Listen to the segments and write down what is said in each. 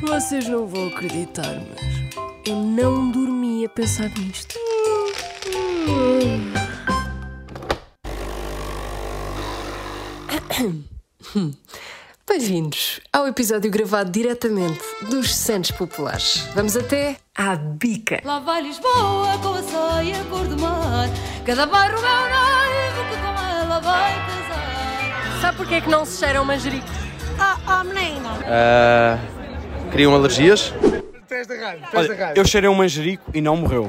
Vocês não vão acreditar, mas eu não dormi a pensar nisto. Bem-vindos ao episódio gravado diretamente dos Santos Populares. Vamos até à bica. Lá vai Lisboa com a saia cor do mar. Cada bairro é um noivo que com ela vai casar. Sabe porquê é que não se cheiram manjericos? Ah, criam alergias. Olha, eu cheirei um manjerico e não morreu.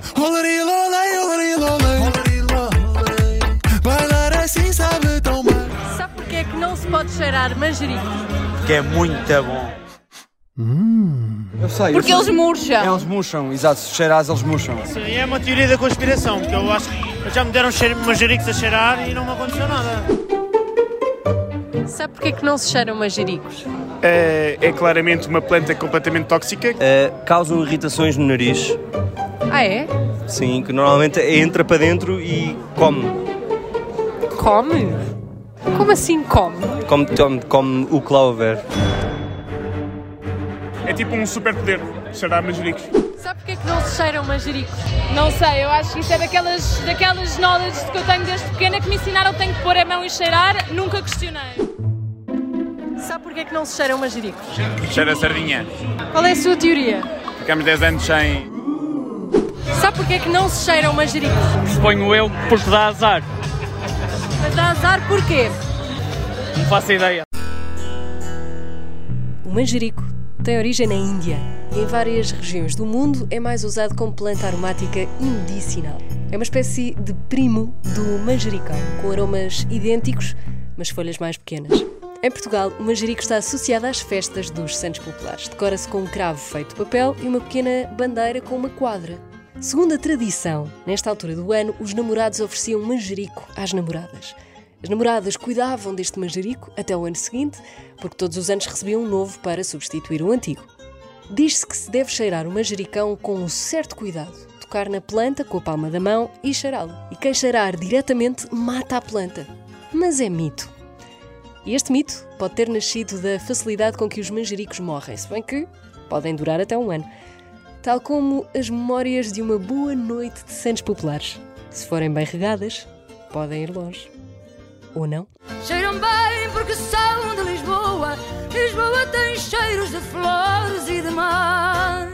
Bailar assim sabe tão bem. Sabe porquê é que não se pode cheirar manjericos? Que é muito bom. Eu sei. Porque eles murcham. Eles murcham, exato. Se cheiras, eles murcham. É uma teoria da conspiração, porque eu acho que já me deram um cheiro, manjericos a cheirar e não me aconteceu nada. Sabe porquê é que não se cheiram manjericos? é, é claramente uma planta completamente tóxica. Eh, causam irritações no nariz. Ah, é? Sim, que normalmente entra para dentro e come. Come? Como assim come? Come, come, come o que lá houver. É tipo um superpoder, cheirar manjericos. Sabe porquê é que não se cheiram manjericos? Não sei, eu acho que isso é daquelas, daquelas knowledge que eu tenho desde pequena que me ensinaram que tenho que pôr a mão e cheirar, nunca questionei. Sabe porquê é que não se cheiram manjericos? Cheira a sardinha. Qual é a sua teoria? Ficamos 10 anos sem. Sabe porquê é que não se cheiram manjericos? Suponho eu, porque dá azar. Mas dá azar porquê? Não faço ideia. O manjerico tem origem na Índia. Em várias regiões do mundo é mais usado como planta aromática e medicinal. É uma espécie de primo do manjericão, com aromas idênticos, mas folhas mais pequenas. Em Portugal, o manjerico está associado às festas dos santos populares. Decora-se com um cravo feito de papel e uma pequena bandeira com uma quadra. Segundo a tradição, nesta altura do ano, os namorados ofereciam manjerico às namoradas. As namoradas cuidavam deste manjerico até o ano seguinte, porque todos os anos recebiam um novo para substituir o antigo. Diz-se que se deve cheirar o manjericão com um certo cuidado, tocar na planta com a palma da mão e cheirá-lo. E quem cheirar diretamente mata a planta. Mas é mito. E este mito pode ter nascido da facilidade com que os manjericos morrem, se bem que podem durar até um ano. Tal como as memórias de uma boa noite de santos populares. Se forem bem regadas, podem ir longe. Ou não? Cheiram bem porque são de Lisboa. Lisboa tem cheiros de flores e de mar.